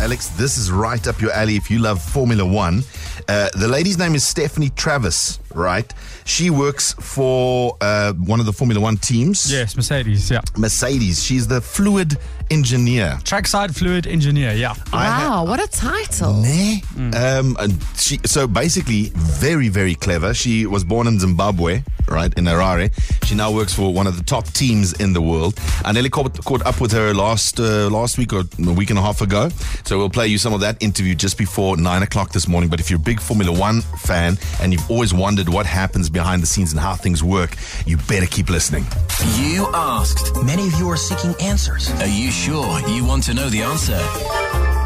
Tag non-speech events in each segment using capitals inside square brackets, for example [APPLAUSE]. Alex, this is right up your alley if you love Formula One. Uh, the lady's name is Stephanie Travis, right? She works for uh, one of the Formula One teams, Yes, Mercedes, yeah. Mercedes. She's the fluid engineer. Trackside fluid engineer, yeah. Wow, Oh, what a title. Nah. Um, and she, so basically, very, very clever. She was born in Zimbabwe, right, in Harare. She now works for one of the top teams in the world. I nearly caught, caught up with her last uh, last week or a week and a half ago. So we'll play you some of that interview just before nine o'clock this morning. But if you're a big Formula One fan and you've always wondered what happens behind the scenes and how things work, you better keep listening. You asked. Many of you are seeking answers. Are you sure you want to know the answer?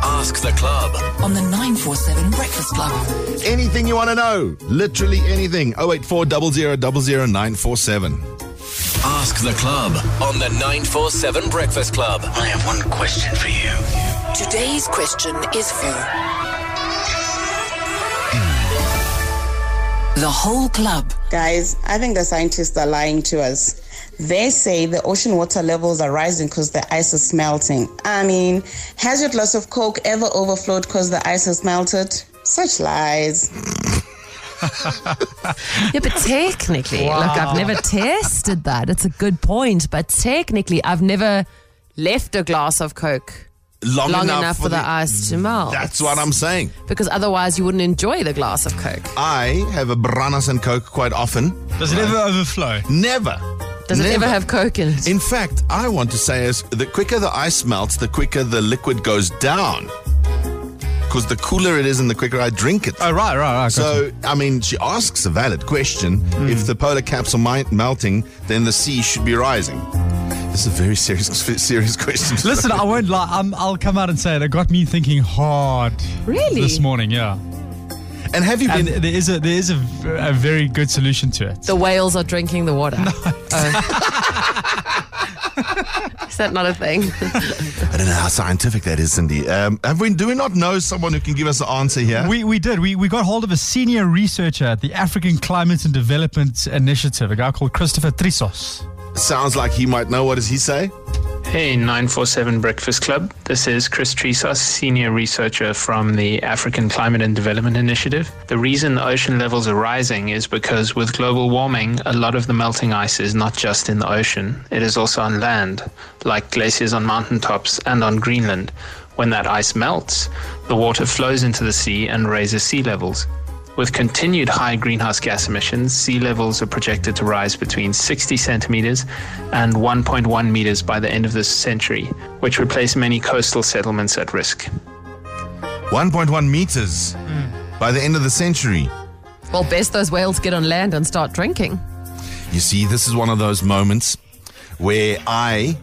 Ask the club. On the 947 Breakfast Club. Anything you want to know, literally anything. 084 00 00947. Ask the club on the 947 Breakfast Club. I have one question for you. Today's question is for the whole club. Guys, I think the scientists are lying to us. They say the ocean water levels are rising because the ice is melting. I mean, has your glass of Coke ever overflowed because the ice has melted? Such lies. Yeah, but technically, look, I've never tested that. It's a good point, but technically, I've never left a glass of Coke Long, long enough, for the, ice to Oh, melt. That's what I'm saying. Because otherwise, you wouldn't enjoy the glass of Coke. I have a Branas and Coke quite often. Does it ever overflow? Never. Does it ever have Coke in it? In fact, I want to say is the quicker the ice melts, the quicker the liquid goes down. Because the cooler it is and the quicker I drink it. Oh, right, right, right. gotcha. Hmm. So, I mean, she asks a valid question. If the polar caps are mi- melting, then the sea should be rising. This is a very serious, [LAUGHS] serious question. [LAUGHS] Listen, I won't lie. I'm, I'll come out and say it. It got me thinking hard. Really? This morning, yeah. and have you And been? there is a there is a, v- a very good solution to it. The whales are drinking the water. [LAUGHS] Oh. is that not a thing? I don't know how scientific that is, Cindy. Um, have we? Do we not know someone who can give us an answer here? We, we did. We, we got hold of a senior researcher at the African Climate and Development Initiative, a guy called Christopher Trissos. Sounds like he might know. What does he say? Hey, 947 Breakfast Club. This is Chris Tresas, senior researcher from the African Climate and Development Initiative. The reason the ocean levels are rising is because with global warming, a lot of the melting ice is not just in the ocean, it is also on land, like glaciers on mountaintops and on Greenland. When that ice melts, the water flows into the sea and raises sea levels. With continued high greenhouse gas emissions, sea levels are projected to rise between 60 centimeters and 1.1 meters by the end of this century, which would place many coastal settlements at risk. 1.1 meters by the end of the century. Well, best those whales get on land and start drinking. You see, this is one of those moments where [LAUGHS] I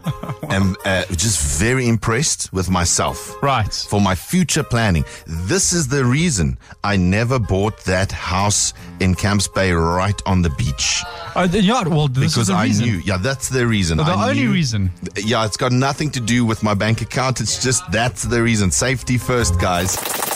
am uh, just very impressed with myself Right. for my future planning. This is the reason I never bought that house in Camps Bay right on the beach Uh, th- yeah, well, this is because the I reason. knew. Yeah, that's the reason. The I only knew- reason. Yeah, it's got nothing to do with my bank account. It's just that's the reason. Safety first, guys.